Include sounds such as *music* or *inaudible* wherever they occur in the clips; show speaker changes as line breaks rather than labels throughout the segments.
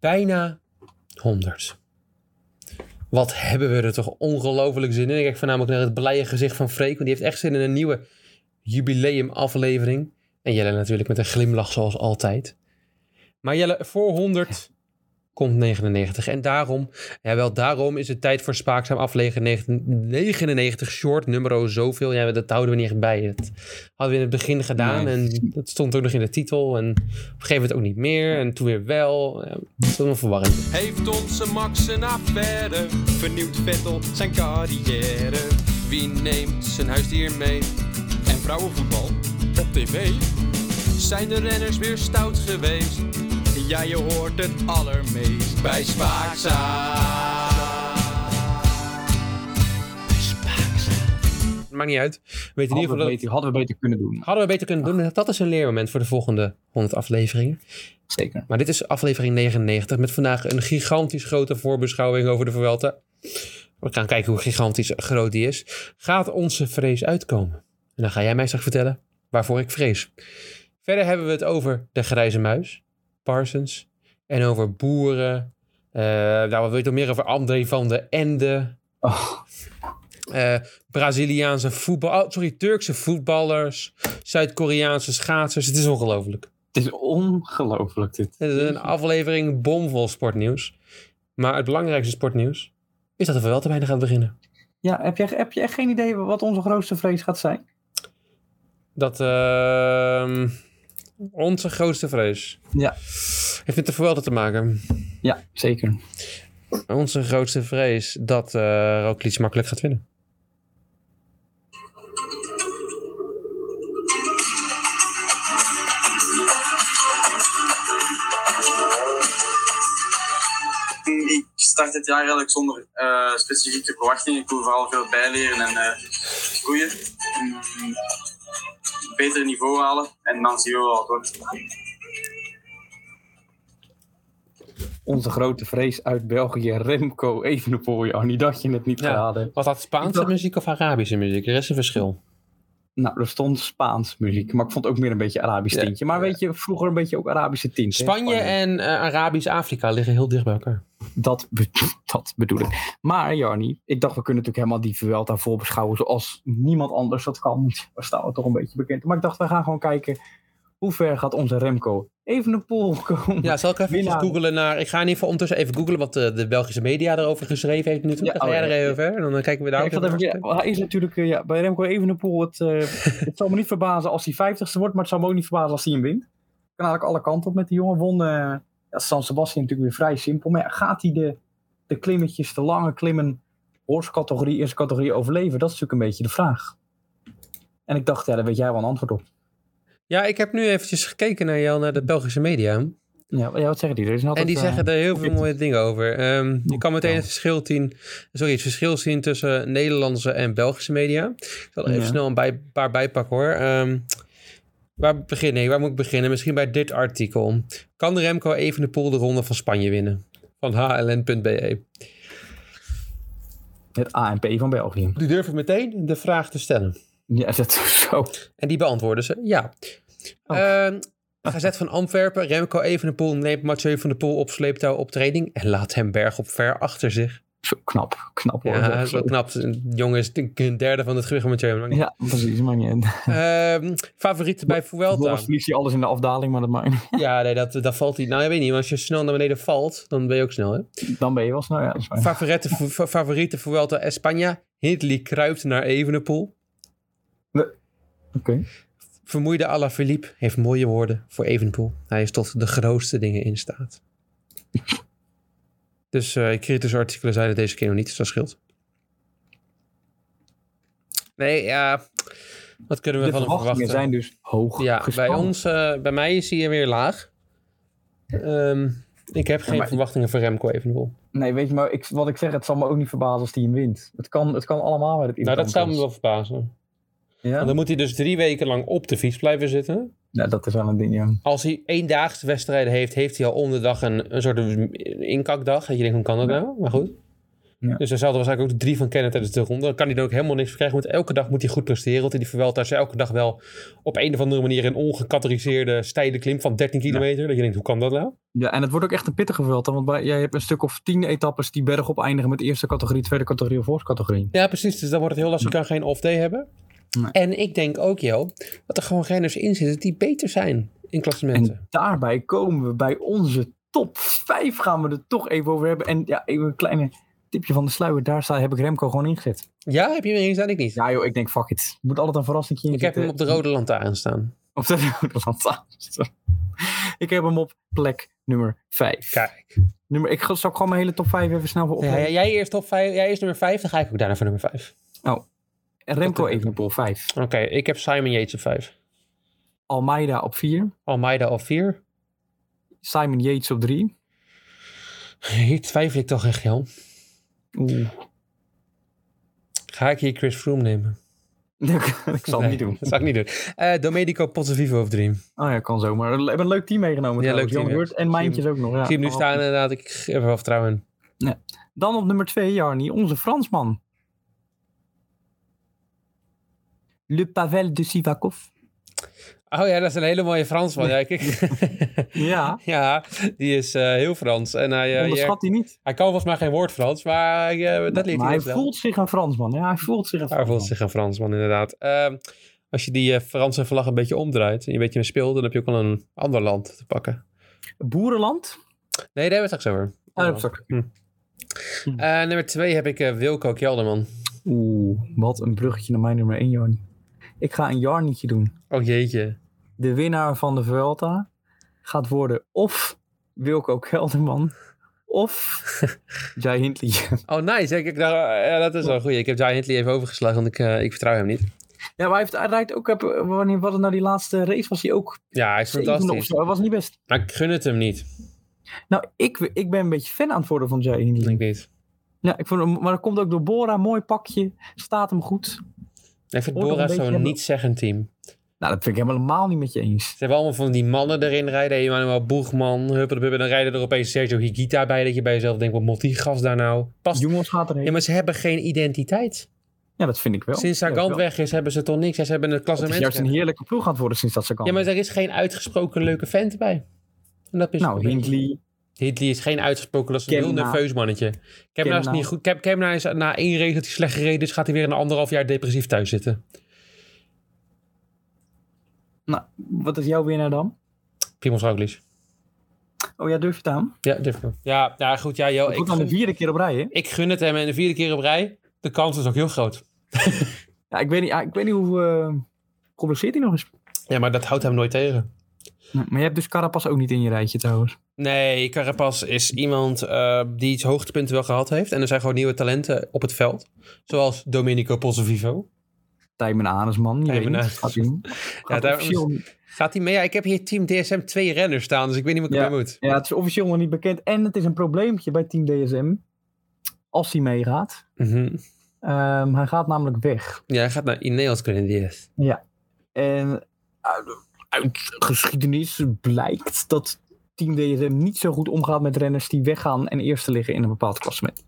Bijna 100. Wat hebben we er toch ongelooflijk zin in. Ik kijk voornamelijk naar het blije gezicht van Freek. Want die heeft echt zin in een nieuwe jubileumaflevering. En Jelle natuurlijk met een glimlach zoals altijd. Maar Jelle, voor 100 komt 99. En daarom, ja wel daarom is het tijd voor Spaakzaam aflevering 19 99. Short nummer oh zoveel. Ja, dat houden we niet echt bij. Dat hadden we in het begin gedaan.
Nee.
En dat stond ook nog in de titel. En op een gegeven moment ook niet meer. En toen weer wel. Ja, het is allemaal verwarring.
Heeft onze Max een affaire? Vernieuwt Vettel zijn carrière? Wie neemt zijn huisdier mee? En vrouwenvoetbal op tv? Zijn de renners weer stout geweest? Ja, je hoort het allermeest bij Spaakzaam.
Maakt niet uit. We weten in ieder geval
Hadden we,
dat...
beter, hadden we beter kunnen doen.
Hadden we beter kunnen doen. Dat is een leermoment voor de volgende 100 afleveringen.
Zeker.
Maar dit is aflevering 99 met vandaag een gigantisch grote voorbeschouwing over de Vuelta. We gaan kijken hoe gigantisch groot die is. Gaat onze vrees uitkomen? En dan ga jij mij straks vertellen waarvoor ik vrees. Verder hebben we het over de grijze muis, Parsons, en over boeren. Eh, nou, wat weet je nog meer over André van de Ende?
Oh,
eh, Braziliaanse voetbal, oh, sorry, Turkse voetballers, Zuid-Koreaanse schaatsers. Het is ongelooflijk.
het is ongelooflijk dit.
Het is een aflevering bomvol sportnieuws. Maar het belangrijkste sportnieuws is dat de Vuelta bijna gaat beginnen.
Ja, heb je, heb je echt geen idee wat onze grootste vrees gaat zijn?
Dat ehm, onze grootste vrees.
Ja.
Heeft met de Vuelta te maken.
Ja, zeker.
Onze grootste vrees dat eh Roglic makkelijk gaat winnen.
ik start dit jaar eigenlijk zonder eh, specifieke verwachtingen. Ik wil vooral veel bijleren en eh, groeien. Mm, beter niveau halen en dan zien we wel wat wordt.
Onze grote vrees uit België, Remco Evenepoel. Arnie, dat je het niet
Ja.
geraden hebt.
Was dat Spaanse muziek of Arabische muziek? Er is een verschil.
Nou, er stond Spaans muziek, maar ik vond ook meer een beetje Arabisch
Ja.
tintje. Maar weet je, vroeger een beetje ook Arabische tint. hè?
Spanje en eh, Arabisch-Afrika liggen heel dicht bij elkaar.
Dat, be- dat bedoel ik. Maar Jarni, ik dacht we kunnen natuurlijk helemaal die Vuelta voorbeschouwen zoals niemand anders dat kan. *laughs* Daar staan we toch een beetje bekend. Maar ik dacht we gaan gewoon kijken hoe ver gaat onze Remco even een pool komen.
Ja, zal ik even
Winnaar.
googelen naar... Ik ga in ieder geval ondertussen even googelen wat eh, de, de Belgische media erover geschreven heeft. Nu toe.
Ja,
dan ga
oh
jij
ja.
er even over. En dan eh, kijken we daar
Ja,
ook
ik zat
even
even,
achter.
ja, hij is natuurlijk eh, ja, bij Remco Evenepoel. Het, eh, *laughs* het zal me niet verbazen als hij vijftigste wordt, maar het zal me ook niet verbazen als hij hem wint. Kan eigenlijk alle kanten op met die jongen. Won eh, ja, San Sebastian natuurlijk weer vrij simpel. Maar ja, gaat hij de, de klimmetjes, de lange klimmen, horsecategorie, eerste categorie overleven? Dat is natuurlijk een beetje de vraag. En ik dacht, ja, daar weet jij wel een antwoord op.
Ja, ik heb nu eventjes gekeken naar jou, naar de Belgische media. En
Ja, ja wat zeggen die? Er is altijd,
die
eh,
zeggen er heel veel mooie dingen over. Ehm, je kan meteen
Ja.
het verschil, zien, sorry, het verschil zien tussen Nederlandse en Belgische media. Ik zal er even
Ja.
snel een bij- paar bijpakken hoor. Ehm, waar, beginnen? waar moet ik beginnen? Misschien bij dit artikel. Kan Remco even de pool de ronde van Spanje winnen? Van hln.be.
het ANP van België.
Die durven meteen de vraag te stellen.
Ja, *laughs* dat is zo.
En die beantwoorden ze, ja.
Oh.
Ehm, Gazet van Antwerpen, Remco Evenepoel neemt Mathieu van der Poel op sleeptouw op training en laat hem berg op ver achter zich.
Zo knap. Knap hoor.
Ja,
Zo-
dat is wel knap. Een Jongen is een derde van het gewicht van Mathieu. maar niet.
ja precies. Maar niet.
Ehm, favorieten bij Vuelta.
Vervolgens verliest hij alles in de afdaling, maar dat maakt
Ja, nee, dat, dat valt hij. Nou, ik weet niet, maar als je snel naar beneden valt, dan ben je ook snel, hè?
Dan ben je wel snel, ja. dat is waar.
Favoriete, fa- favoriete Vuelta España. Hindley kruipt naar Evenepoel.
Oké.
Vermoeide Alaphilippe heeft mooie woorden voor Evenpoel. Hij is tot de grootste dingen in
*laughs*
staat. dus eh, kritische artikelen zijn er deze keer nog niet, dus dat scheelt. Nee, ja. Wat kunnen we
De
van hem verwachten?
verwachtingen zijn dus hoog
ja,
gespannen.
bij ons, eh, bij mij is hij weer laag. Ehm, ik heb geen
maar-
verwachtingen voor Remco Evenpoel.
Nee, weet je, maar ik, wat ik zeg, het zal me ook niet verbazen als die hem wint. Het kan, het kan allemaal bij het
Nou, dat zou me wel verbazen.
Ja?
Want dan moet hij dus drie weken lang op de fiets blijven zitten.
Ja, dat is wel een ding, ja.
als hij eendaagse wedstrijden heeft, heeft hij al onderdag een, een soort inkakdag. Dat je denkt, hoe kan dat nou? Maar goed.
Ja.
Dus daar zouden waarschijnlijk ook de drie van kennen tijdens de ronde. Dan kan hij er ook helemaal niks voor krijgen. Want elke dag moet hij goed presteren. Want in die Vuelta is er elke dag wel op een of andere manier een ongecategoriseerde steile klim van 13 kilometer. Dat je denkt, hoe kan dat nou?
Ja, en het wordt ook echt een pittige Vuelta. Want bij, jij hebt een stuk of tien etappes die bergop eindigen met eerste categorie, tweede categorie of voorste categorie.
Ja, precies. Dus dan wordt het heel lastig. Je kan geen off-day hebben.
Nee.
En ik denk ook, joh, dat er gewoon renners in zitten die beter zijn in klassementen.
En daarbij komen we bij onze top 5 gaan we er toch even over hebben. En ja, even een kleine tipje van de sluier. Daar sta, heb ik Remco gewoon ingezet.
Ja, heb je hem erin staan? Ik niet.
Ja joh, ik denk fuck it. Moet altijd een verrassingje in
ik heb hem op de rode lantaarn staan.
Op de rode lantaarn. Ik heb hem op plek nummer 5.
Kijk.
Nummer, ik ga- zal ik gewoon mijn hele top 5 even snel voor
Ja, jij,
opnemen.
jij eerst op vijf, jij eerst nummer 5, dan ga ik ook daarna voor nummer 5.
En Remco Evenepoel 5.
Oké, ik heb Simon Yates op 5.
Almeida op 4.
Almeida op 4.
Simon Yates op 3.
*laughs* Hier twijfel ik toch echt, Jan.
Oeh.
Ga ik hier Chris Froome nemen?
*laughs* ik zal het
Nee,
niet doen.
Dat zou ik niet doen. Eh Domenico Pozzovivo op 3.
Oh ja, kan zo. Maar we hebben een leuk team meegenomen.
Ja,
trouwens.
leuk team,
Jan
ja.
Wurt en Mijntjes ook nog. Ja.
ik zie hem nu
Oh,
staan inderdaad. Ik heb er wel vertrouwen in.
Dan op nummer 2, Jarny, onze Fransman. Le Pavel de Sivakov.
Oh ja, dat is een hele mooie Fransman. Ja, kijk.
Ja,
*laughs* ja die is eh, heel Frans. En hij, eh, ja,
onderschat hij niet.
hij kan volgens mij geen woord Frans, maar hij, eh, dat leert
maar
hij best
hij
wel.
voelt zich een Fransman. Ja, hij voelt zich een
Hij
Fransman.
voelt zich een Fransman, inderdaad. Ehm, als je die eh, Franse vlag een beetje omdraait en je een beetje mee speelt, dan heb je ook wel een ander land te pakken.
Boerenland.
Nee, daar hebben we het straks over. Oh.
Ah, dat heb ik straks.
Eh, nummer twee heb ik eh, Wilco Kelderman.
Oeh, wat een bruggetje naar mijn nummer 1, Jarny. Ik ga een Jarnietje doen.
Oh jeetje.
De winnaar van de Vuelta gaat worden of Wilco Kelderman
*laughs*
of Jai Hindley. *laughs*
Oh nice, ik, ik, dacht, eh, ja, dat is wel goed. Ik heb Jai Hindley even overgeslagen, want ik, eh, ik vertrouw hem niet.
Ja, maar hij, heeft, hij rijdt ook, heb- wanneer was het nou die laatste race, was hij ook
Ja, hij is
zevende of
fantastisch.
zo. Hij was niet best.
Maar ik gun het hem niet.
Nou, ik, ik ben een beetje fan aan het worden van Jai Hindley.
Ik niet.
Ja, ik vond hem, maar dat komt ook door Bora. Mooi pakje. Staat hem goed.
Ik vind
Hoor nog
Bora
een beetje
zo'n
aan de-
niet-zeggend team.
Nou, dat vind ik helemaal niet met je eens.
Ze hebben allemaal van die mannen erin rijden. Emmanuel Boegman, huppeldepuppen. En dan rijden er opeens Sergio Higuita bij. Dat je bij jezelf denkt, wat moet die gast daar nou? Past
Jongens gaat erheen.
Ja,
Ja,
maar ze hebben geen identiteit.
dat vind ik wel.
Sinds
Ja,
Sagan
wel.
weg is, hebben ze toch niks. Ja, Ze hebben een
Het is juist een
klassement.
heerlijke ploeg aan het worden sinds dat Sagan.
Ja, maar er is geen uitgesproken leuke vent bij. En dat is
nou, Hindley.
Hindley is geen uitgesproken, dat is een heel
Kemna.
nerveus mannetje. Kemna is
Kemna.
niet goed. Kem- Kemna is na één race dat hij slecht gereden is, gaat hij weer een anderhalf jaar depressief thuis zitten.
Nou, wat is jouw winnaar dan?
Primoz Roglic.
Oh ja, durf je het aan?
Ja, durf ik. ja, ja, goed. Ja, joh, ik,
Goed, dan de
gun,
vierde keer op rij, hè?
ik gun het hem en de vierde keer op rij. De kans is ook heel groot.
Ja, ik weet niet, ja, ik weet niet hoe... eh geblesseerd hij nog is.
Ja, maar dat houdt hem nooit tegen.
Nee, maar je hebt dus Carapaz ook niet in je rijtje, trouwens.
Nee, Carapaz is iemand eh, die het hoogtepunt wel gehad heeft. En er zijn gewoon nieuwe talenten op het veld. Zoals Domenico Pozzovivo.
Tijmen Aresman. Je weet
Tijmen
niet,
Ares.
gaat
*laughs*
hij doen. Gaat
daar-
officieel niet.
Gaat hij mee? Ja, ik heb hier Team DSM twee renners staan, dus ik weet niet wat ik
Ja.
ermee moet.
Ja, het is officieel nog niet bekend. En het is een probleempje bij Team DSM. Als hij meegaat.
Mhm.
Ehm, hij gaat namelijk weg.
Ja, hij gaat naar Ineos Grenadiers.
En uit, uit geschiedenis blijkt dat Team DSM niet zo goed omgaat met renners die weggaan en eerste liggen in een bepaald klassement.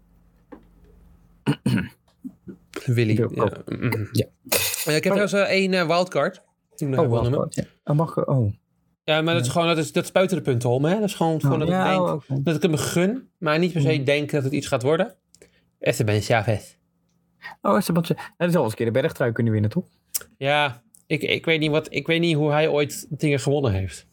Willy. Ja.
Wil ik ook.
mhm. Ja. Eh, ik heb
Oh.
trouwens eh, één eh, wildcard. Die ik nog even wil
wacht,
noemen.
wacht, ja. Hij mag, eh, oh.
Ja, maar dat is gewoon dat is, dat is buiten de punten om. Hè? Dat is gewoon, gewoon dat, ik
ja,
denk,
oh, oké.
dat ik hem gun, maar niet per se
Mhm.
denk dat het iets gaat worden. Esteban Chavez.
Oh, Esteban Che- Hij zal eens een keer de bergtrui kunnen winnen, toch?
Ja, ik, ik, weet niet wat, ik weet niet hoe hij ooit dingen gewonnen heeft.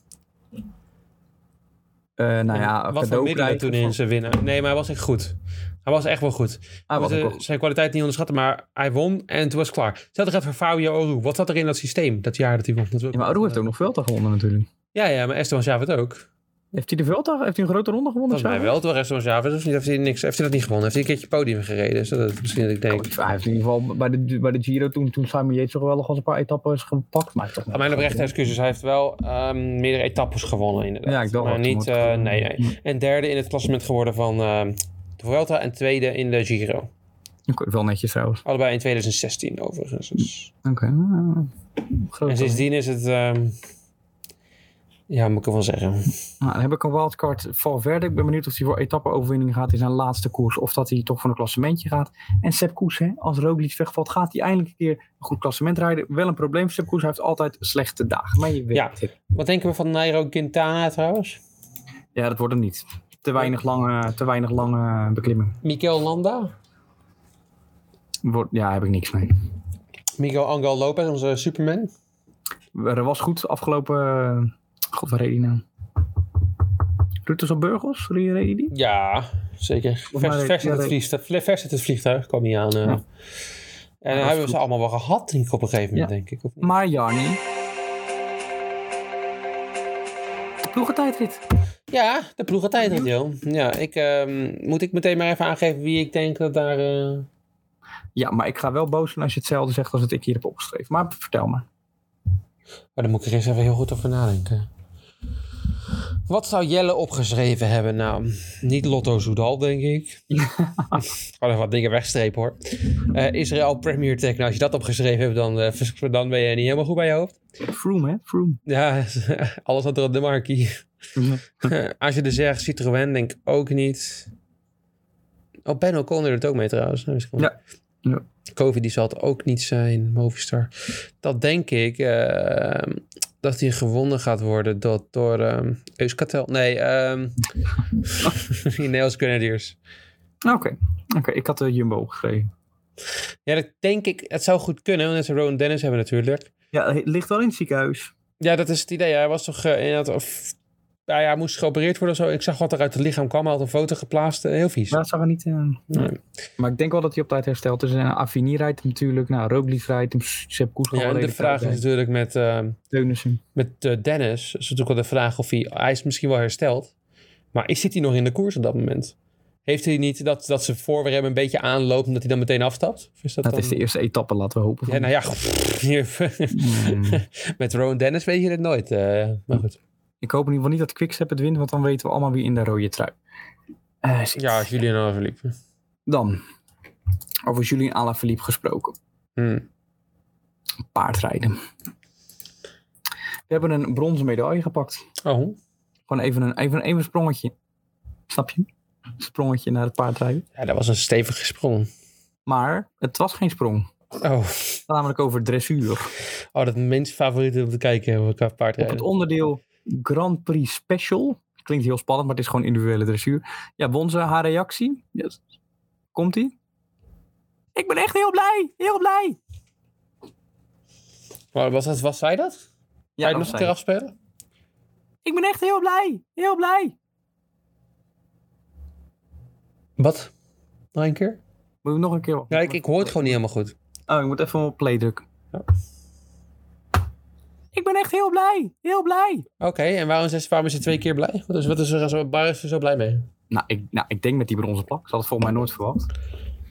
Eh, nou ja,
wat voor
cadeau
middelen
krijgen
toen in
van-
zijn winnen. Nee, maar hij was echt goed. Hij was echt wel goed.
Ah, wat
We
ook
moeten
wel goed.
zijn kwaliteit niet onderschatten, maar hij won en toen was het klaar. Stel toch even Fabio Oru. Wat zat er in dat systeem dat jaar dat hij won? Dat was-
Ja, maar Aru heeft ook nog Vuelta gewonnen natuurlijk.
Ja, ja, maar Esteban Chavez ook.
Heeft hij de Vuelta? Heeft hij een grote ronde gewonnen?
Volgens mij wel, toch Esteban Chavez. Of niet, heeft, hij niks, heeft hij dat niet gewonnen? Heeft hij een keertje podium gereden? Dus dat is misschien dat ik denk.
Oh, Hij heeft in ieder geval bij de, bij de Giro toen, toen Simon Yates toch wel nog wel eens een paar etappes gepakt. Maar nou, hij heeft toch
Aan mijn oprechte excuses, hij heeft wel ehm, meerdere etappes gewonnen inderdaad.
Ja, ik dacht
maar
al,
niet,
toen
eh,
wordt-
nee, nee. En derde in het klassement geworden van ehm, de Vuelta en tweede in de Giro.
Oké, Wel netjes trouwens. nou,
Allebei in 2016 overigens. Dus-
Oké. nou, groot
En
dan.
sindsdien is het. ehm, Ja, moet ik wel zeggen.
Nou, dan heb ik een wildcard Valverde. Ik ben benieuwd of hij voor etappe-overwinning gaat in zijn laatste koers. Of dat hij toch voor een klassementje gaat. En Sepp Koes, hè, als Roglic wegvalt, gaat hij eindelijk een keer een goed klassement rijden. Wel een probleem voor Sepp Koes. Hij heeft altijd slechte dagen. Maar je weet
Ja.
het.
Wat denken we van Nairo Quintana trouwens?
Ja, dat wordt hem niet. Te weinig lange, te weinig lange beklimming.
Mikel Landa?
Wordt, ja, heb ik niks mee.
Miguel Angel Lopez, onze Superman?
Er was goed afgelopen... God, waar reed hij nou? Rutus op Burgos? Reed reed hij die?
Ja, zeker.
mij
Vers,
reed-
vers,
ja,
uit het
reed-
vliegtuig, vers uit het vliegtuig kwam hij aan. eh.
Ja.
En
dat is
hebben we
goed.
ze allemaal wel gehad denk ik, op een gegeven moment,
Ja.
denk ik. Of niet?
Maar Jarni... De ploegentijdrit.
Ja, de ploegentijd, joh. Ja, ik, ehm, moet ik meteen maar even aangeven wie ik denk dat daar... eh,
Ja, maar ik ga wel boos zijn als je hetzelfde zegt als wat ik hier heb opgeschreven. Maar vertel me.
Maar dan moet ik er eens even heel goed over nadenken. Wat zou Jelle opgeschreven hebben? Nou, niet Lotto Soudal, denk ik. Gewoon even wat dingen wegstrepen, hoor. Eh, Israël Premier Tech. Nou, als je dat opgeschreven hebt, dan, eh, *laughs* vers- dan ben je niet helemaal goed bij je hoofd.
Froome, hè? Froome.
Ja, *laughs* alles had er op de markie.
Ja.
Eh, als je er zegt Citroën, denk ik ook niet. Oh, Ben O'Connor doet het ook mee trouwens. Dat is gewoon-
Ja. Ja.
Covid die zal het ook niet zijn, Movistar. Dat denk ik ehm, dat hij gewonnen gaat worden dat door ehm Euskatel. Nee, ehm *laughs* Ineos Grenadiers.
Oké, oké. ik had de Jumbo opgeschreven.
Ja, dat denk ik. Het zou goed kunnen, want ze Rowan Dennis hebben natuurlijk.
Ja, het ligt wel in het ziekenhuis.
Ja, dat is het idee. Hij was toch eh, inderdaad... Of, nou ja, hij moest geopereerd worden of zo. Ik zag wat er uit het lichaam kwam. Hij had een foto geplaatst. Eh, Heel vies.
Maar dat zag er niet... eh,
Nee.
Maar ik denk wel dat hij op tijd herstelt. Dus uh, Affini rijdt hem natuurlijk. Nou, Roglic rijdt hem. Sepp Koes
Ja, en de vraag is natuurlijk met, ehm,
Teunissen.
met eh, Dennis, is natuurlijk wel de vraag of hij, hij is misschien wel hersteld, maar is, zit hij nog in de koers op dat moment? Heeft hij niet dat, dat ze voorwerp hem een beetje aanloopt en dat hij dan meteen afstapt? Of is dat,
Dat
dan-
is de eerste etappe, laten we hopen.
Ja,
van-
nou ja, goed. *laughs* Hier- *laughs*
Mm.
met Rowan Dennis weet je het nooit. eh, maar goed.
ik hoop in ieder geval niet dat Quickstep het wint. Want dan weten we allemaal wie in de rode trui Eh zit.
Ja, als jullie nou even liepen.
Dan, over Julien Alaphilippe gesproken.
Hmm.
Paardrijden. We hebben een bronzen medaille gepakt.
Oh,
Gewoon even een, even, even een sprongetje. Snap je? Sprongetje naar het paardrijden.
ja, dat was een stevige sprong.
Maar het was geen sprong. Het
Oh,
gaat namelijk over dressuur.
oh dat minst favoriete om te kijken hebben qua
Op het
paardrijden.
onderdeel Grand Prix Special. Klinkt heel spannend, maar het is gewoon individuele dressuur. Ja, won ze haar reactie. Yes. Komt ie? Ik ben echt heel blij. Heel blij.
Maar was, dat, was zij dat?
Ja,
Ja, je
dat
nog
was
een
zij.
keer afspelen?
Ik ben echt heel blij. Heel blij.
Wat? Nog een keer?
Moet ik nog een keer op?
Ja, ik, ik hoor het gewoon niet helemaal goed.
Oh, ik moet even op play drukken.
Ja.
Ik ben echt heel blij. Heel blij.
Oké, en waarom is, waarom is ze twee keer blij? Wat is, wat is er, zo- waar is ze zo blij mee?
Nou ik, nou, ik denk met die bronzen plak. Ik had het volgens mij nooit verwacht.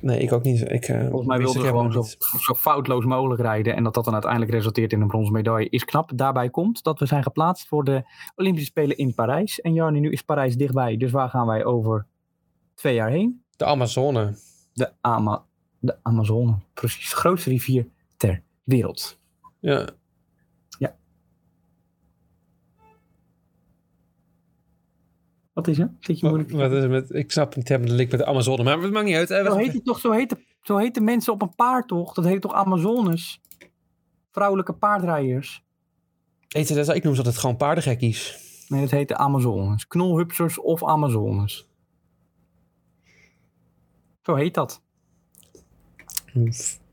Nee, ik ook niet. Ik,
Volgens mij wilde ze gewoon zo, zo foutloos mogelijk rijden. En dat dat dan uiteindelijk resulteert in een bronzen medaille is knap. Daarbij komt dat we zijn geplaatst voor de Olympische Spelen in Parijs. En Jarni, nu is Parijs dichtbij. Dus waar gaan wij over twee jaar heen?
De Amazone.
De, Ama de Amazone. Precies. De grootste rivier ter wereld.
Ja.
Wat is het? Zit je moeilijk?
Wat is er met, ik snap niet helemaal de link met de Amazone, maar het maakt niet uit. Eh,
Zo
wacht
heet
even.
het toch? Zo heten, zo heten mensen op een paard toch? Dat heet toch Amazones? Vrouwelijke paardrijders.
Heet ze dat? Ik noem ze altijd gewoon paardengekkies.
Nee, dat heet de Amazones. Knolhupsers of Amazones. Zo heet dat.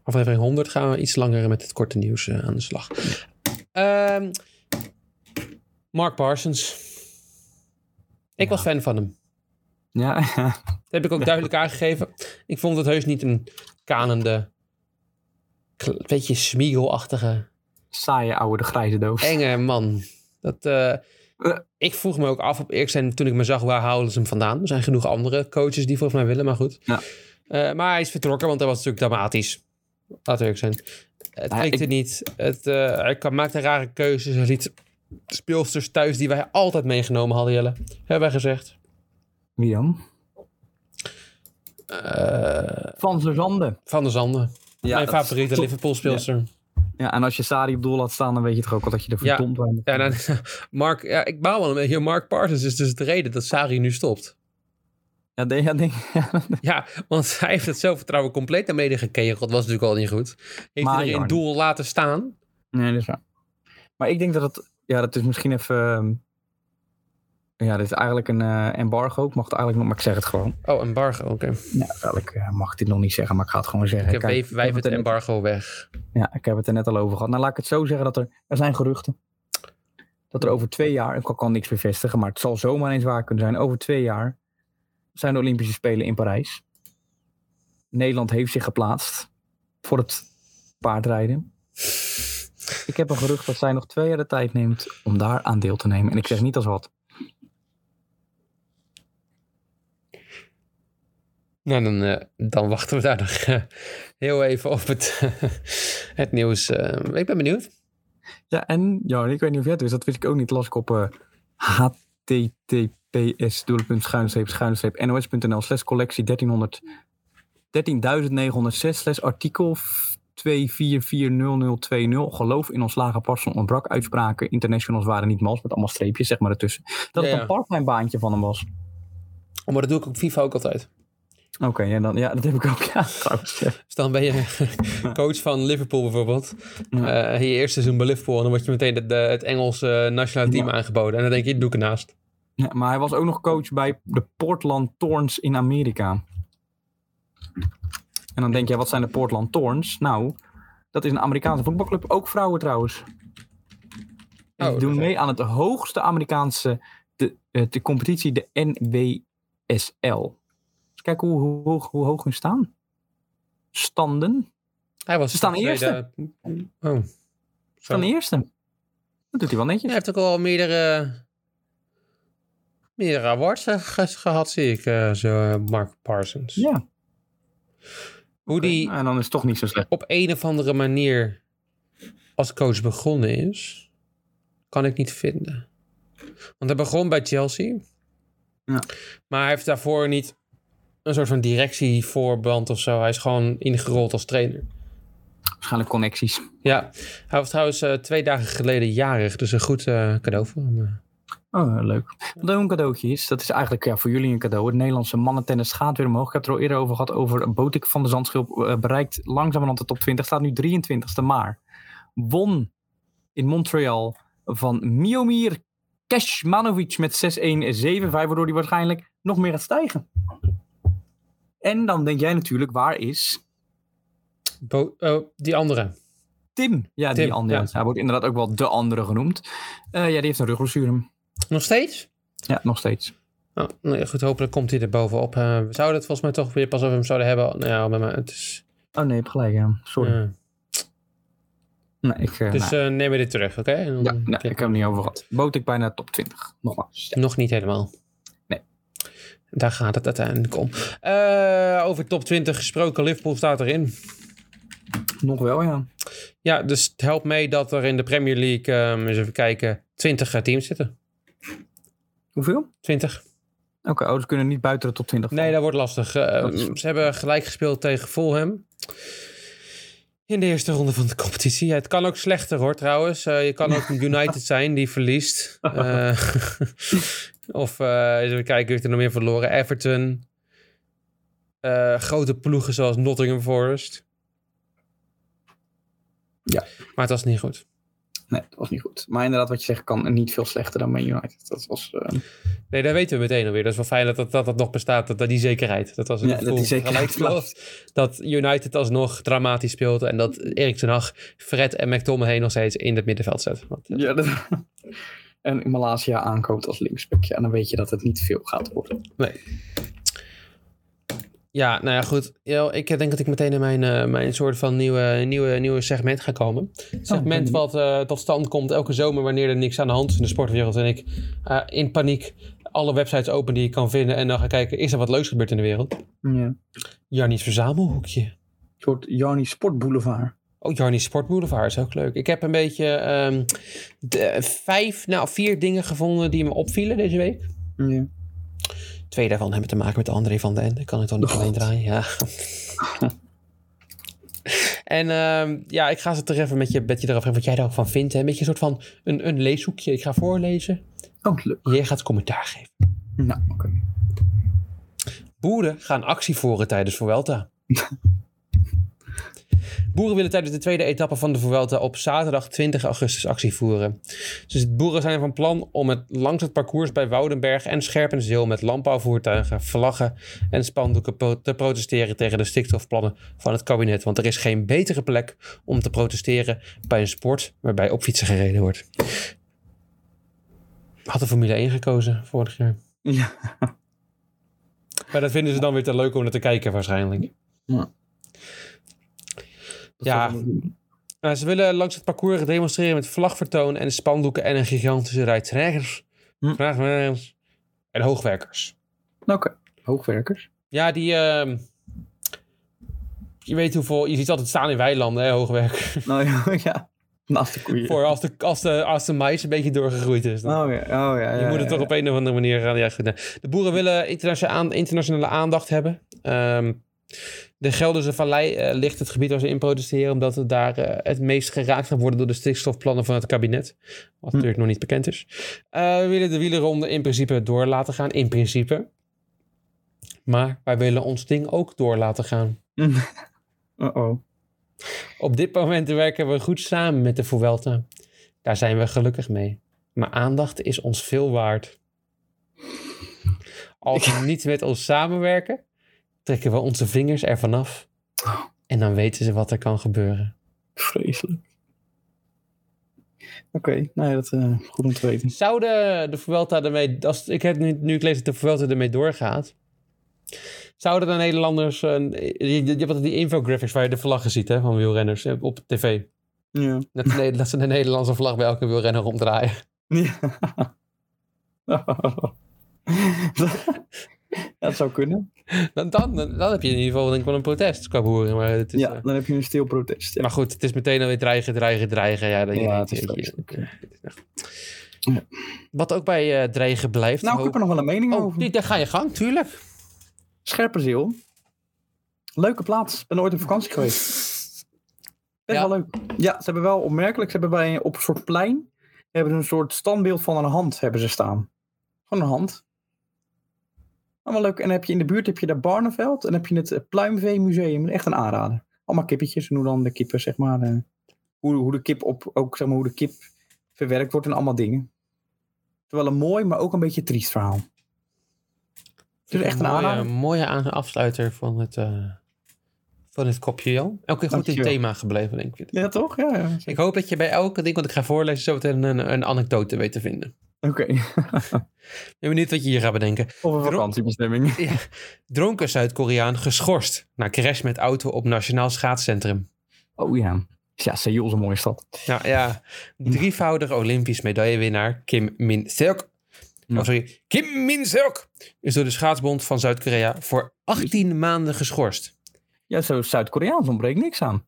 Aflevering 100 gaan we iets langer met het korte nieuws eh, aan de slag. Ehm, Mark Parsons. Ik was fan van hem.
Ja, *laughs*
Dat heb ik ook duidelijk aangegeven. Ik vond het heus niet een kanende, kle- beetje smiegelachtige,
saaie oude de grijze doos.
enge man. Dat, eh, ik vroeg me ook af op eerlijk zijn toen ik me zag, waar houden ze hem vandaan? Er zijn genoeg andere coaches die volgens mij willen, maar goed.
Ja.
Eh, maar hij is vertrokken, want dat was natuurlijk dramatisch. Laten we eerlijk zijn. Het
Nou ja,
klikte
ik-
niet. Het, eh, hij kwam- maakte rare keuzes. Hij liet speelsters thuis die wij altijd meegenomen hadden, Jelle. Hebben wij gezegd.
Wie dan?
Eh,
Van Zerzande.
van der Zanden.
Ja,
Mijn favoriete Liverpool speelster.
Ja, en als je Sari op doel laat staan, dan weet je toch ook wel dat je er
Ja.
verdomd aan
Ja, nou, *laughs* Mark, ja, ik baal wel een beetje. Mark Parsons is dus de reden dat Sari nu stopt.
Ja, de- ja, denk, ja,
Ja, want *laughs* hij heeft het zelfvertrouwen compleet naar beneden gekegeld. Dat was natuurlijk al niet goed. Heeft
Maar
hij er een
Jorn.
doel laten staan?
Nee, dat is waar. Maar ik denk dat het... Ja, dat is misschien even... ehm, ja, dit is eigenlijk een eh, embargo. Ik mag het eigenlijk nog... Maar ik zeg het gewoon.
Oh, embargo, oké.
Ja, wel, ik eh, mag dit nog niet zeggen, maar ik ga het gewoon zeggen.
Ik heb
Kijk,
wij-
ik
wij
heb
het
er net-
embargo weg.
Ja, ik heb het er net al over gehad. Nou, laat ik het zo zeggen dat er... Er zijn geruchten. Dat er over twee jaar... Ik kan, kan niks bevestigen, maar het zal zomaar eens waar kunnen zijn. Over twee jaar zijn de Olympische Spelen in Parijs. Nederland heeft zich geplaatst voor het paardrijden. Ik heb een gerucht dat zij nog twee jaar de tijd neemt om daar aan deel te nemen. En ik zeg niet als wat.
Nou, dan, eh, dan wachten we daar nog eh, heel even op het, *laughs* het nieuws. Eh, ik ben benieuwd.
Ja, en ja, ik weet niet of jij het wist, dat wist ik ook niet. Las ik op eh, https schuinstreep schuinstreep nos.nl slash collectie 1300 13.906 slash artikel 2440020 geloof in ons lage parcel ontbrak uitspraken internationals waren niet mals met allemaal streepjes zeg maar ertussen dat
Ja,
het
ja.
een parttime baantje van hem was
Oh, Maar dat doe ik op FIFA ook altijd.
oké ja, dan ja dat heb ik ook ja trouwens ja.
Dus dan ben je *laughs* coach van Liverpool bijvoorbeeld.
Ja.
Eh, je eerste seizoen bij Liverpool. En dan word je meteen de, de- het Engelse nationale team
Ja.
aangeboden. En dan denk je, doe ik ernaast.
Ja, maar hij was ook nog coach bij de Portland Thorns in Amerika. En dan denk je, wat zijn de Portland Thorns? Nou, dat is een Amerikaanse voetbalclub, ook vrouwen trouwens. En
Oh,
die doen
dat-
mee aan het hoogste Amerikaanse de, eh, de competitie, de NWSL. Dus kijk hoe, hoe, hoog- hoe hoog hun staan. Standen.
Hij was
Ze staan
tweede-
eerste.
Oh. Zo.
Staan de eerste. Dat doet hij wel netjes.
Hij heeft ook al meerdere, meerdere awards eh, ge- gehad, zie ik. eh, zo, eh, Mark Parsons.
Ja. nou,
Hoe die
En dan is het toch niet zo slecht.
op een of andere manier als coach begonnen is, kan ik niet vinden. Want hij begon bij Chelsea.
Ja.
Maar hij heeft daarvoor niet een soort van directievoorband of zo. Hij is gewoon ingerold als trainer.
Waarschijnlijk connecties.
Ja, hij was trouwens eh, twee dagen geleden jarig. Dus een goed eh, cadeau voor hem.
Oh, leuk. Wat ook een cadeautje is, dat is eigenlijk ja, voor jullie een cadeau. Het Nederlandse mannentennis gaat weer omhoog. Ik heb het er al eerder over gehad, over Botik van de Zandschulp. eh, bereikt langzamerhand de top 20, staat nu 23ste. Maar won in Montreal van Miomir Keshmanovic met 6-1 7-5. Waardoor hij waarschijnlijk nog meer gaat stijgen. En dan denk jij natuurlijk, waar is
Bo- oh, die andere.
Tim? Ja,
Tim,
die andere.
ja.
Hij wordt inderdaad ook wel de andere genoemd. Eh, ja, die heeft een rugblessure.
Nog steeds?
Ja, nog steeds.
Oh, nou ja, goed, hopelijk komt hij er bovenop. Eh, we zouden het volgens mij toch weer pas over hem zouden hebben. Nou ja, maar- maar het is...
Oh nee, je hebt gelijk, ja. Sorry.
ja.
Nee, ik, eh,
Dus eh neem we dit terug, oké? En dan-
Ja, nee,
oké.
ik heb het niet over gehad. Boot ik bijna top 20. Nogmaals. Mm, Ja.
Nog niet helemaal.
Nee.
Daar gaat het uiteindelijk om. Eh, over top 20 gesproken, Liverpool staat erin.
Nog wel, ja.
Ja, dus het helpt mee dat er in de Premier League, ehm, eens even kijken, 20 eh, teams zitten.
Hoeveel? Oké,
20.
oh, ze kunnen niet buiten de top 20.
Nee, dat wordt lastig. Eh,
Dat is-
Ze hebben gelijk gespeeld tegen Fulham. In de eerste ronde van de competitie. Ja, het kan ook slechter hoor trouwens. Eh, je kan
*laughs*
ook een United zijn die verliest. Eh, *laughs* of eh eens even kijken, heeft er nog meer verloren? Everton. Eh, grote ploegen zoals Nottingham Forest.
Ja.
Maar het was niet goed.
nee, dat was niet goed. Maar inderdaad, wat je zegt, kan niet veel slechter dan Man United. Dat was... eh,
Nee, dat weten we meteen alweer. Dat is wel fijn dat dat, dat, dat nog bestaat, dat, dat die zekerheid. Dat was het
Ja, dat die
gevoel.
zekerheid
Gelijkspel. Dat United alsnog dramatisch speelt en dat Erik ten Hag Fred en McTominay nog steeds in het middenveld zet. Want, eh,
ja, dat... *laughs* En Malasia aankoopt als linksbekje. En dan weet je dat het niet veel gaat worden.
Ja, nou ja, goed. Ja, ik denk dat ik meteen in mijn, eh, mijn soort van nieuwe, nieuwe, nieuwe segment ga komen. Een segment
ben
wat eh, tot stand komt elke zomer wanneer er niks aan de hand is in de sportwereld. En ik eh, in paniek alle websites open die ik kan vinden en dan ga kijken, is er wat leuks gebeurd in de wereld?
Ja.
Jarnies verzamelhoekje.
Een soort Jarni Sportboulevard.
Oh, Jarnie Sportboulevard is ook leuk. Ik heb een beetje ehm, de, vijf, nou vier dingen gevonden die me opvielen deze week.
Ja.
Twee daarvan hebben te maken met André van den Ende. Ik kan het dan niet
Oh,
alleen
God.
draaien, ja. En ehm, ja, ik ga ze toch even met je, met je eraf wat jij daar ook van vindt. Hè? Een beetje een soort van een, een leeshoekje. Ik ga voorlezen.
Ook leuk.
Jij gaat commentaar geven.
Nou, oké.
Boeren gaan actie voeren tijdens Vuelta. Boeren willen tijdens de tweede etappe van de Vuelta op zaterdag 20 augustus actie voeren. Dus boeren zijn van plan om het, langs het parcours bij Woudenberg en Scherpenzeel met landbouwvoertuigen, vlaggen en spandoeken po- te protesteren tegen de stikstofplannen van het kabinet. Want er is geen betere plek om te protesteren bij een sport waarbij op fietsen gereden wordt. Had de Formule 1 gekozen vorig jaar.
Ja.
Maar dat vinden ze dan weer te leuk om naar te kijken waarschijnlijk.
Ja.
Ja, eh, ze willen langs het parcours demonstreren met vlagvertoon en spandoeken en een gigantische rij trekkers,
Hm.
vrachtwagens en hoogwerkers.
Oké. Hoogwerkers.
Ja, die... ehm, je weet hoeveel... Je ziet altijd staan in weilanden, hè, hoogwerkers.
*laughs* Nou ja, ja. Naast de koeien.
Voor als de, als, de, als de mais een beetje doorgegroeid is. Dan.
Oh ja, oh ja. ja,
Je moet het
ja,
toch op een of andere manier gaan. Ja, goed, nee. De boeren willen internationale, aan- internationale aandacht hebben. Ehm, de Gelderse Vallei eh, ligt het gebied waar ze in protesteren, omdat het daar eh, het meest geraakt gaat worden door de stikstofplannen van het kabinet. Wat
Hm.
natuurlijk nog niet bekend is. Eh, we willen de wielerronde in principe door laten gaan. In principe. Maar wij willen ons ding ook door laten gaan.
ja. *laughs* Uh-oh.
Op dit moment werken we goed samen met de Vuelta. Daar zijn we gelukkig mee. Maar aandacht is ons veel waard. Als ze niet met ons samenwerken, trekken we onze vingers ervan af. En dan weten ze wat er kan gebeuren.
Vreselijk. Oké, nou ja, dat eh goed om te weten.
Zouden de Vuelta ermee... Als, ik heb nu, nu ik lees dat de Vuelta ermee doorgaat... Zouden de Nederlanders... eh, je, je hebt altijd die infographics waar je de vlaggen ziet hè, van wielrenners eh, op tv.
*laughs* Ja.
Dat, de- *laughs* dat ze de Nederlandse vlag bij elke wielrenner omdraaien.
Ja. dat zou kunnen.
Dan, dan, dan, dan heb je in ieder geval denk ik wel een protest qua boeren. Maar, het is,
ja,
eh,
dan heb je een stil protest. Ja,
maar goed, het is meteen alweer dreigen, dreigen, dreigen. Ja, dan
ja het is
je-
vreselijk.
Wat ook bij eh, dreigen blijft.
Nou, ik heb er nog wel een mening
oh,
over.
die- daar ga je gang, tuurlijk.
Scherpenzeel. Leuke plaats. Ben ooit op vakantie geweest. Best
Ja.
wel leuk. Ja, ze hebben wel opmerkelijk. Ze hebben bij, op een soort plein. Hebben ze een soort standbeeld van een hand hebben ze staan. Van een hand. Allemaal leuk. En dan heb je in de buurt heb je daar Barneveld. En dan heb je het eh, Pluimveemuseum. Echt een aanrader. Allemaal kippetjes. En hoe dan de kippen, zeg maar. eh, hoe, hoe de kip op, ook zeg maar, hoe de kip verwerkt wordt en allemaal dingen. Terwijl een mooi, maar ook een beetje triest verhaal. Het is echt een
mooie,
aanrader.
mooie aan- afsluiter van het, eh, van het kopje, Jan. Elke keer goed in
Dankjewel.
thema gebleven, denk ik.
Ja, toch? Ja, ja.
Ik hoop dat je bij elke ding wat ik ga voorlezen zo meteen een, een anekdote weet te vinden.
Oké.
Ik ben benieuwd wat je hier gaat bedenken.
Of een vakantiebestemming.
Dronken Zuid-Koreaan geschorst na crash met auto op Nationaal Schaatscentrum.
Oh ja. Ja, Seoul is een mooie stad.
Nou ja, drievoudig Olympisch medaillewinnaar Kim Min-seok.
Ja.
Oh, sorry. Kim Min-seok is door de schaatsbond van Zuid-Korea voor 18 maanden geschorst.
Ja, zo Zuid-Koreaans ontbreekt niks aan.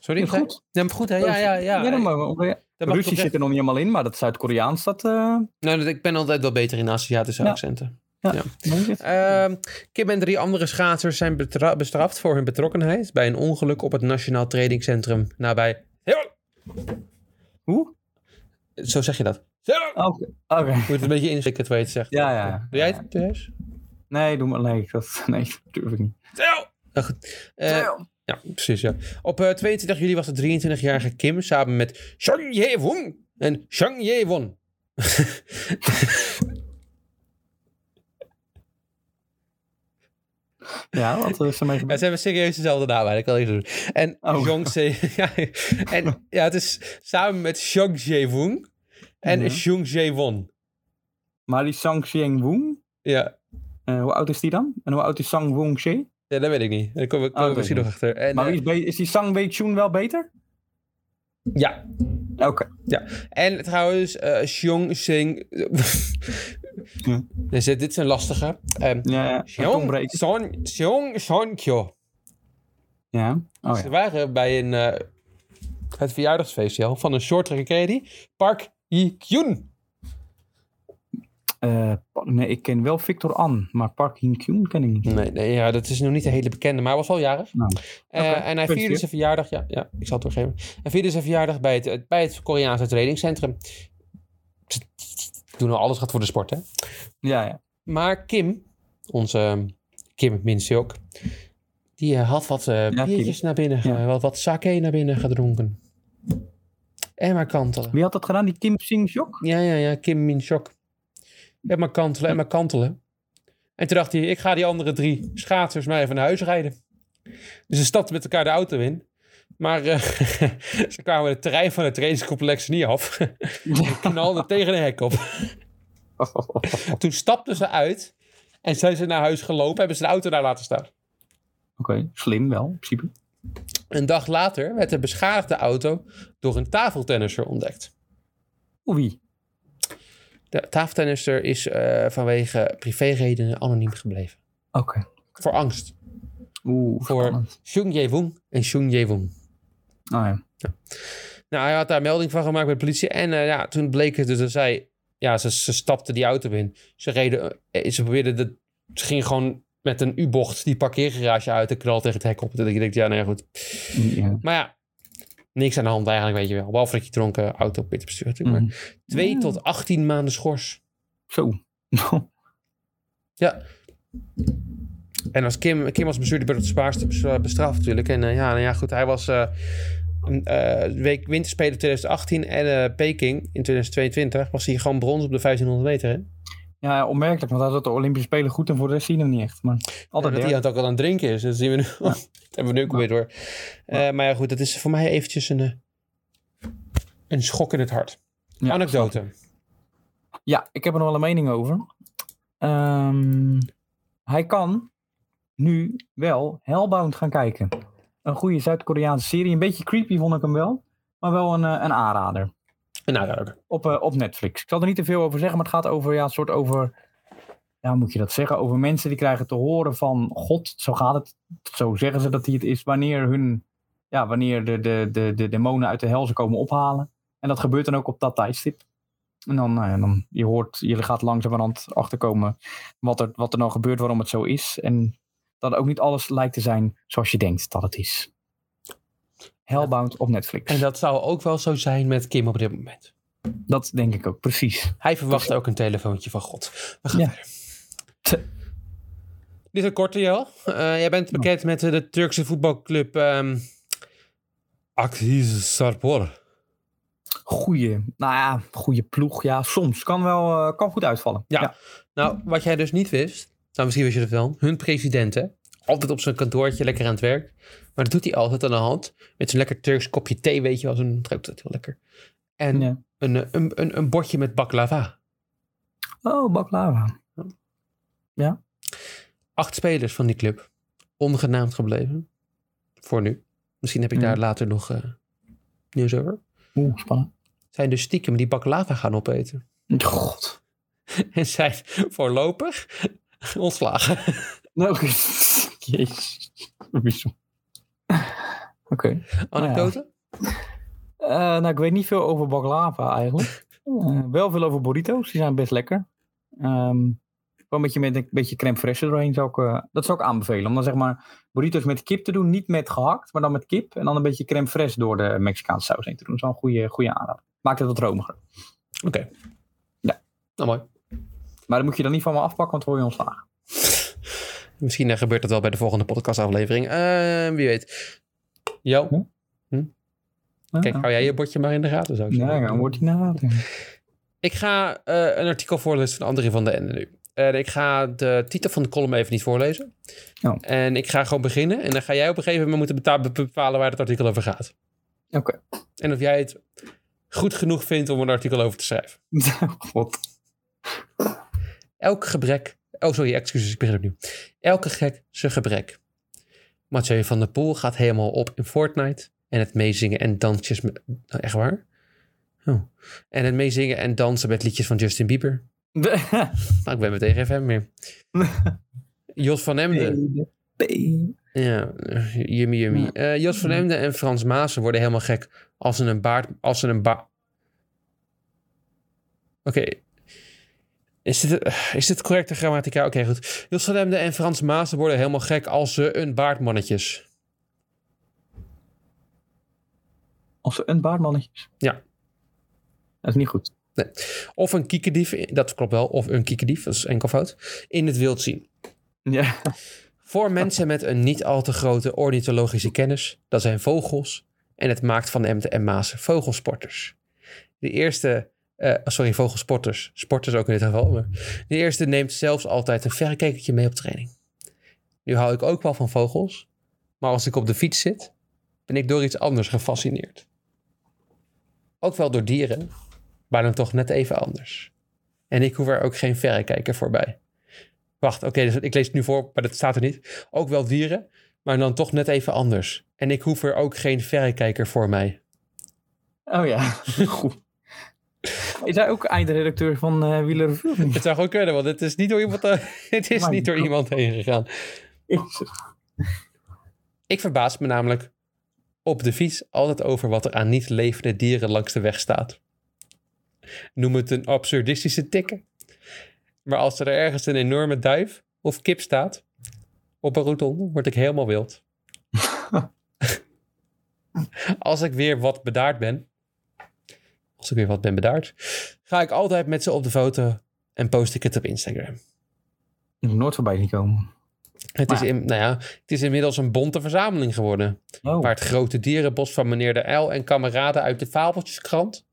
Sorry?
Ja,
wat zei-
goed.
Ja, maar goed, hè? Ja, ja, ja.
dan
Dat
maar, maar-
mag
Russisch
toch
zit
echt-
er nog niet helemaal in, maar dat Zuid-Koreaans, dat... eh,
Nou, dat- ik ben altijd wel beter in Aziatische
Ja.
accenten.
weet je het?
Ehm, Kim en drie andere schaatsers zijn betra- bestraft voor hun betrokkenheid bij een ongeluk op het Nationaal Trainingscentrum nabij. Seoul.
Hoe?
Zo zeg je dat. Seoul.
Oké. Oké.
Je moet het een beetje inslikken terwijl je het zegt.
Ja, ja, ja.
Doe jij het, Thijs?
Nee, doe maar. Nee, dat, *laughs* nee, natuurlijk niet.
Seoul. Nou, goed. Eh, Ja, precies, ja. Op eh, 22 juli was de 23-jarige Kim samen met Zhang Ye-won en Zhang Ye-won.
Ja, wat eh, is ermee
Ja,
gebeurd?
ze hebben serieus dezelfde naam eigenlijk, al even doen. En
Oh.
Zhang Se... *laughs* ja, en ja, het is samen met Zhang Ye-won en
Ja.
Zhang Ye-won.
Maar die Sang Xiang Woon,
Ja.
eh, hoe oud is die dan? En hoe oud is Sang Wong She?
ja, dat weet ik niet. Daar komen we
Oh,
komen we
dat
misschien
weet
nog achter. En,
Maar
eh,
wie is, be- is die Sang Wei Chun wel beter?
ja,
Oké.
en trouwens, eh Zhang Sing... *laughs*
Ja.
Dus, eh, dit is een lastige. Ehm
Ja, ja. Het
Zhang
ontbreekt.
Son... Zhang Sonkyo.
Ja. Oh ja.
Ze waren bij een, eh, het verjaardagsfeestje al van een shorttrack caddy, Park Yi-kyun.
Eh, pa- nee, ik ken wel Victor An, maar Park Heen-kyun ken ik niet.
Nee, nee, ja, dat is nog niet een hele bekende, maar hij was wel jarig.
Nou,
Eh,
oké,
en hij vierde
gefeliciteerd.
zijn verjaardag, ja, ja ik zal het doorgeven. Hij vierde zijn verjaardag bij het, eh, bij het Koreaanse trainingscentrum. Doen nou alles gaat voor de sport, hè?
Ja, ja.
Maar Kim, onze ehm, Kim Min-seok, die eh, had wat eh,
Ja,
biertjes naar binnen, ge-
Ja.
wat, wat sake naar binnen gedronken. En maar kantelen.
Wie had dat gedaan? Die Kim
*laughs*
*laughs* Sing-jok?
Ja, ja, ja, Kim Min-seok. En maar kantelen, en maar kantelen. En toen dacht hij, ik ga die andere drie schaatsers maar even naar huis rijden. Dus ze stapten met elkaar de auto in. Maar eh, *laughs* ze kwamen het terrein van het trainingscomplex niet af. *laughs* en knalden tegen een hek op. Toen stapten ze uit en zijn ze naar huis gelopen, hebben ze de auto daar laten staan.
Oké, slim wel, in principe.
Een dag later werd de beschadigde auto door een tafeltennisser ontdekt.
Oei.
De tafeltennisser is eh, vanwege privéredenen anoniem gebleven.
Oké.
Voor angst.
Oeh,
Voor-
spannend.
Shung Jae-woon en Shung Jae-woon.
Ah, ja.
Nou, hij had daar melding van gemaakt bij de politie. En eh, ja, toen bleek het dus dat zij... Ja, ze, ze stapten die auto in. Ze reden... eh, Ze probeerden... De, ze gingen gewoon met een U-bocht die parkeergarage uit en knal tegen het hek op. Toen dacht ik, ja, nou ja, goed.
Mm, ja.
Maar ja, niks aan de hand eigenlijk, weet je wel. Behalve dat je dronken auto op pit bestuurt. natuurlijk,
Mhm.
Maar twee
Ja.
tot 18 maanden schors.
Zo.
En als Kim, Kim als bestuurder werd het zwaarste bes- bestraft natuurlijk. En eh, ja, nou ja, goed, hij was eh, een, eh, week winterspelen 2018 en eh, Peking in 2022 was hij gewoon brons op de 1500 meter. Hè?
Ja, opmerkelijk, want hij zat de Olympische Spelen goed en voor de rest zien we hem niet echt. Maar altijd
en dat
derde.
hij het ook al aan het drinken is. Dat zien we nu. *laughs* dat hebben we nu ook weer door. Eh, maar ja, goed, dat is voor mij eventjes een, eh, een schok in het hart.
Ja,
Anekdote.
Ja, ik heb er nog wel een mening over. Ehm, hij kan nu wel Hellbound gaan kijken. Een goede Zuid-Koreaanse serie. Een beetje creepy vond ik hem wel. Maar wel een, eh, een aanrader.
Een aanrader.
Op, eh, op Netflix. Ik zal er niet te veel over zeggen, maar het gaat over ja, een soort over. Ja, hoe moet je dat zeggen? Over mensen die krijgen te horen van God. Zo gaat het. Zo zeggen ze dat hij het is. Wanneer hun. Ja, wanneer de, de, de, de demonen uit de hel ze komen ophalen. En dat gebeurt dan ook op dat tijdstip. En dan, nou ja, dan je hoort, je gaat langzamerhand achterkomen wat er, wat er nou gebeurt, waarom het zo is. En dat ook niet alles lijkt te zijn zoals je denkt dat het is. Hellbound op Netflix.
En dat zou ook wel zo zijn met Kim op dit moment.
Dat denk ik ook, precies.
Hij verwacht ook een telefoontje van God. We gaan
Dus- Ja.
verder. Dit is een korte, Jel. Eh, jij bent bekend met eh, de Turkse voetbalclub ehm Akdis Sarpor.
Goeie, nou ja, goede ploeg. Ja, soms kan wel eh, kan goed uitvallen.
Ja. Nou, wat jij dus niet wist, nou misschien wist je het wel, hun president, hè, altijd op zijn kantoortje, lekker aan het werk. Maar dat doet hij altijd aan de hand, met zo'n lekker Turks kopje thee, weet je wel, zo'n ruikt dat heel lekker. En
Ja.
een, eh, een, een, een bordje met baklava.
Oh, baklava.
acht spelers van die club ongenaamd gebleven. Voor nu. Misschien heb ik
Ja.
daar later nog eh, nieuws over.
Oeh, spannend. Oh,
Zijn dus stiekem die baklava gaan opeten. *laughs*
God.
En zijn voorlopig
*laughs*
ontslagen.
*laughs* Nou, Jezus. Bijzonder. Oké.
Anekdote?
Ah Eh, nou, ik weet niet veel over baklava *laughs* eigenlijk. Eh, wel veel over burritos, die zijn best lekker. Ehm gewoon met je met een beetje crème fraîche erheen zou ik, eh, dat zou ik aanbevelen. Om dan zeg maar burritos met kip te doen, niet met gehakt, maar dan met kip. En dan een beetje crème fraîche door de Mexicaanse saus heen te doen. Dat is wel een goede, goede aanrader. Maakt het wat romiger.
Oké.
Ja.
Nou mooi.
Maar dat moet je dan niet van me afpakken, want dan word je ontslagen.
Misschien eh, gebeurt dat wel bij de volgende podcastaflevering. Eh, wie weet. Jo, kijk, hou jij je bordje maar in de gaten, zou ik
Ja,
zeggen.
ja, dan wordt hij
*laughs*
nou.
Ik ga eh, een artikel voorlezen van André van de Ende nu. En ik ga de titel van de column even niet voorlezen.
Oh.
En ik ga gewoon beginnen. En dan ga jij op een gegeven moment moeten beta- be- bepalen waar het artikel over gaat.
Oké.
En of jij het goed genoeg vindt om een artikel over te schrijven.
God.
Elk gebrek... Oh, sorry, excuses, ik begin opnieuw. Elke gek zijn gebrek. Mathieu van der Poel gaat helemaal op in Fortnite. En het meezingen en dansjes... Met, nou, echt waar? Oh. En het meezingen en dansen met liedjes van Justin Bieber. Nou, ik ben meteen geen fan meer. Jos van Emden. Ja, eh, yummy, yummy.
Ja.
Eh, Jos van Emden en Frans Maassen worden helemaal gek als ze een baard... Als ze een ba Oké. Is dit, is dit correcte grammatica? Oké, goed. Jos van Emden en Frans Maassen worden helemaal gek als ze een baardmannetjes.
Als ze een baardmannetjes.
Ja.
Dat is niet goed.
Of een kiekendief, dat klopt wel, of een kiekendief, dat is enkelvoud, in het wild zien.
Ja.
Voor mensen met een niet al te grote ornithologische kennis, dat zijn vogels. En het maakt van Emden en Maas vogelsporters. De eerste, eh, sorry, vogelsporters, sporters ook in dit geval. Maar de eerste neemt zelfs altijd een verrekijkertje mee op training. Nu hou ik ook wel van vogels, maar als ik op de fiets zit, ben ik door iets anders gefascineerd. Ook wel door dieren, maar dan toch net even anders. En ik hoef er ook geen verrekijker voorbij. Wacht, oké, dus ik lees het nu voor, maar dat staat er niet. Ook wel dieren, maar dan toch net even anders. En ik hoef er ook geen verrekijker voor mij.
Oh
*laughs*
ja. goed. Is hij ook eindredacteur van eh Wieler Review of niet?
Het zou gewoon kunnen, want het is niet door iemand, eh, *laughs* het is
Maar
niet door
kom.
iemand heen gegaan. Ik verbaas me namelijk op de fiets altijd over wat er aan niet levende dieren langs de weg staat. Noem het een absurdistische tikken. Maar als er ergens een enorme duif of kip staat op een rotonde, word ik helemaal wild. als ik weer wat bedaard ben, als ik weer wat ben bedaard, ga ik altijd met ze op de foto en post ik het op Instagram.
Ik moet nooit voorbij zien komen.
Het is,
Maar-
in, nou ja, het is inmiddels een bonte verzameling geworden.
Oh.
Waar het grote dierenbos van meneer de Uil en kameraden uit de Fabeltjeskrant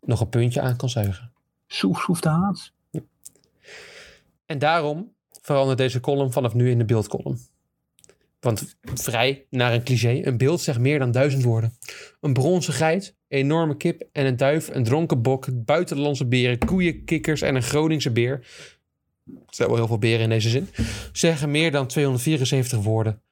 nog een puntje aan kan zuigen.
Soef, soef de haas.
En daarom verandert deze column vanaf nu in de beeldcolumn. Want vrij naar een cliché, een beeld zegt meer dan duizend woorden. Een bronzen geit, enorme kip en een duif, een dronken bok, buitenlandse beren, koeien, kikkers en een Groningse beer. Er zijn wel heel veel beren in deze zin. Zeggen meer dan 274 woorden.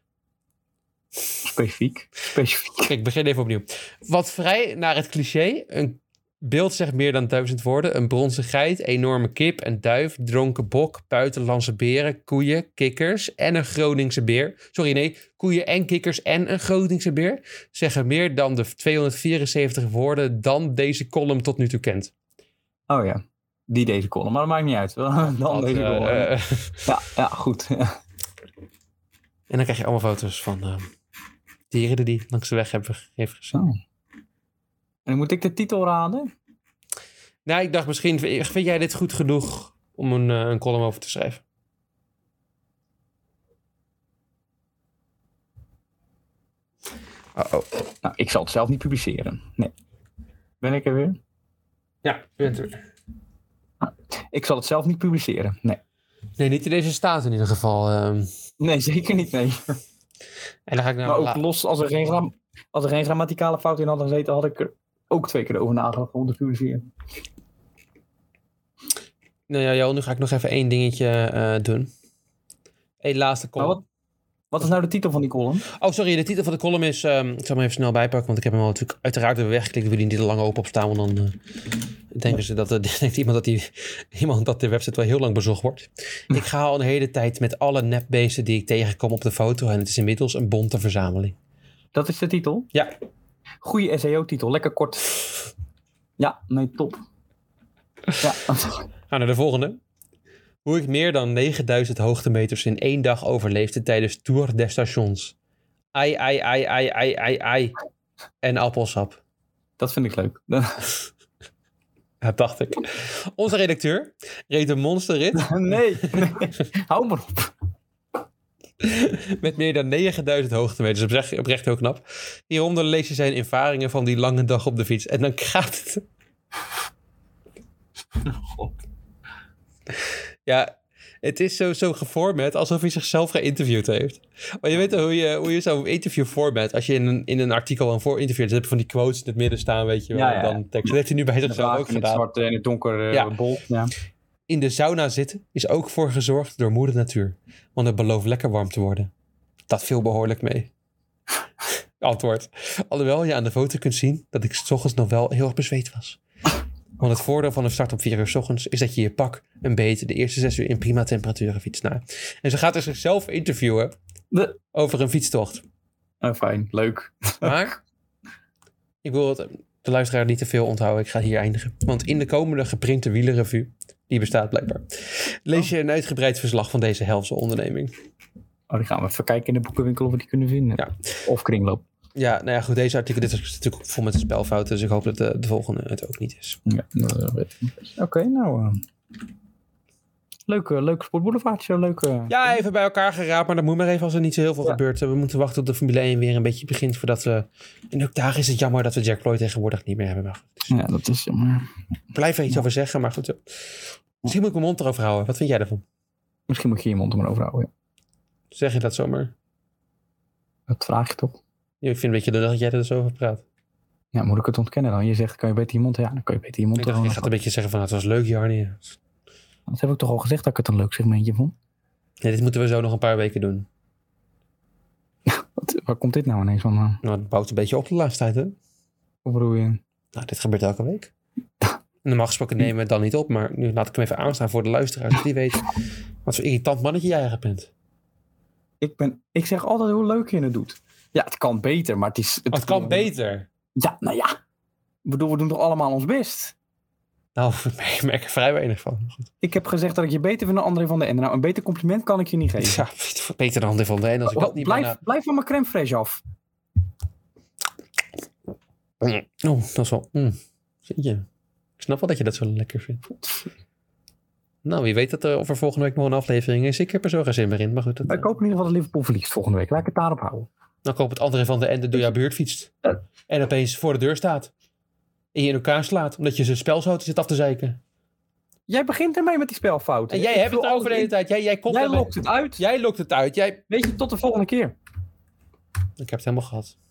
Specifiek. Specifiek.
Kijk, ik begin even opnieuw. Wat vrij naar het cliché. Een beeld zegt meer dan duizend woorden. Een bronzen geit, enorme kip, een duif, dronken bok, buitenlandse beren, koeien, kikkers en een Groningse beer. Sorry, nee, koeien en kikkers en een Groningse beer zeggen meer dan de 274 woorden dan deze column tot nu toe kent.
Oh ja. Die deze column, maar dat maakt niet uit. *laughs* Dan
Dat,
deze
eh,
column.
eh,
ja, ja, goed. *laughs*
en dan krijg je allemaal foto's van eh, dieren die langs de weg hebben heeft gezien.
Zo. En moet ik de titel raden?
Nou, ik dacht misschien, vind jij dit goed genoeg om een, eh, een column over te schrijven? Oh, oh.
Nou, ik zal het zelf niet publiceren. Nee. Ben ik er weer?
Ja, natuurlijk.
Ik zal het zelf niet publiceren. Nee.
Nee, niet in deze staat in ieder geval. ehm.
Nee, zeker niet. Nee.
en dan ga ik naar
maar ook
la-
los, als er, geen gram- als er geen grammaticale fout in had gezeten, had ik er ook twee keer over nagedacht om te publiceren.
Nou ja, Johan, nu ga ik nog even één dingetje eh, doen. Eén laatste
Maar
column.
wat, wat is nou de titel van die column?
Oh, sorry, de titel van de column is... ehm, ik zal hem even snel bijpakken, want ik heb hem al natuurlijk uiteraard weer weggeklikt. Ik wil die niet te lang open op staan, want dan eh, denken ze dat, eh, *laughs* denkt iemand, dat die, iemand dat de website wel heel lang bezocht wordt. Ik ga al een hele tijd met alle nepbeesten die ik tegenkom op de foto en het is inmiddels een bonte verzameling.
Dat is de titel?
Ja.
Goeie SEO-titel, lekker kort. Ja, nee, top. Ja, *laughs*
Ga naar de volgende. Hoe ik meer dan 9000 hoogtemeters in één dag overleefde tijdens Tour des Stations. Ai, ai, ai, ai, ai, ai, ai. En appelsap. *laughs*
dat vind ik *laughs* leuk.
Dat dacht ik. Onze redacteur reed een monsterrit *laughs*
Nee, nee. hou maar op.
Met meer dan 9000 hoogtemeters. Oprecht, oprecht heel knap. Hieronder lees je zijn ervaringen van die lange dag op de fiets. En dan gaat het. Ja, het is zo, zo geformat alsof hij zichzelf geïnterviewd heeft. Maar je weet toch hoe je, hoe je zo'n interview format. Als je in een, in een artikel een voorinterview hebt, dan heb je van die quotes in het midden staan, weet je wel.
Ja, ja,
en
ja.
Dan tekst. Dat heeft hij nu bij zichzelf ook
in het
gedaan.
zwart en het donker eh,
Ja.
bol. Ja.
In de sauna zitten is ook voor gezorgd door moeder natuur. Want het belooft lekker warm te worden. Dat viel behoorlijk mee. *laughs* Antwoord. Alhoewel je aan de foto kunt zien dat ik s ochtends nog wel heel erg bezweet was. Want het voordeel van een start om 4 uur s ochtends is dat je je pak een beetje de eerste 6 uur in prima temperaturen fietst naar. En ze gaat dus zichzelf interviewen
De-
over een fietstocht.
Eh, fijn, leuk.
Maar ik wil het, de luisteraar niet te veel onthouden. Ik ga hier eindigen. Want in de komende geprinte wielerrevue Die bestaat blijkbaar. Lees je een uitgebreid verslag van deze helse onderneming.
Oh, die gaan we even kijken in de boekenwinkel of we die kunnen vinden.
Ja.
Of kringloop.
Ja, nou ja, goed. Deze artikel dit is natuurlijk ook vol met een spelfout. Dus ik hoop dat de, de volgende het ook niet is.
Ja, Oké, nou. eh, leuke, leuke sportboulevard show. Leuke.
Ja, even bij elkaar geraapt. Maar dat moet maar even als er niet zo heel veel
Ja.
gebeurt. We moeten wachten tot de Formule 1 weer een beetje begint. Voordat we... En ook daar is het jammer dat we Jack Floyd tegenwoordig niet meer hebben. Maar goed, het is-
Ja, dat is jammer.
ik blijf er iets over zeggen. Maar goed. eh, Misschien moet ik mijn mond erover houden. Wat vind jij daarvan?
Misschien moet je je mond er maar over houden. ja.
Zeg je dat zomaar?
Dat vraag je toch?
Ik vind het een beetje lullig dat jij er zo over praat.
Ja, moet ik het ontkennen dan? Je zegt, kan je beter je mond... Ja, dan kan je beter je mond
Ik dacht, je
erover
gaat een beetje zeggen van... nou, Het was leuk, Jarnie.
Dat heb ik toch al gezegd dat ik het een leuk segmentje vond?
Nee, dit moeten we zo nog een paar weken doen.
Wat, waar komt dit nou ineens vandaan?
Nou, het bouwt een beetje op de laatste tijd, hè?
Hoe bedoel je?
Nou, dit gebeurt elke week. *laughs* Normaal gesproken nemen we het dan niet op, maar nu laat ik hem even aanstaan voor de luisteraars. zodat Die weet wat voor irritant mannetje jij eigenlijk bent.
Ik, ben, ik zeg altijd hoe leuk je het doet. Ja, het kan beter, maar het is...
Oh, het kan beter.
Ja, nou ja. Ik bedoel, we doen toch allemaal ons best?
Nou, *laughs* ik merk er vrij weinig van. Goed.
Ik heb gezegd dat ik je beter vind dan André van de Ende. Nou, een beter compliment kan ik je niet geven.
Ja, *laughs* beter dan de van de een als ik dat niet
blijf,
bijna-
blijf van mijn crème fraîche af.
Oeh, dat is wel... mm. Zie je. Ik snap wel dat je dat zo lekker vindt. Nou, wie weet dat er over volgende week nog een aflevering is. Ik heb er zo geen zin meer in, maar goed. Dat,
Maar ik hoop in ieder geval dat Liverpool verliest volgende week. Laat ik het daarop houden.
Dan koopt het andere van de ende door jouw buurt fietst.
Ja.
En opeens voor de deur staat. En je in elkaar slaat, omdat je zijn spelzouten zit af te zeiken.
Jij begint ermee met die spelfout.
En jij hebt het over de hele tijd. Jij, jij, komt
Jij
ermee-
lokt het uit.
jij lokt het uit. Jij...
Weet je, tot de volgende keer.
Ik heb het helemaal gehad.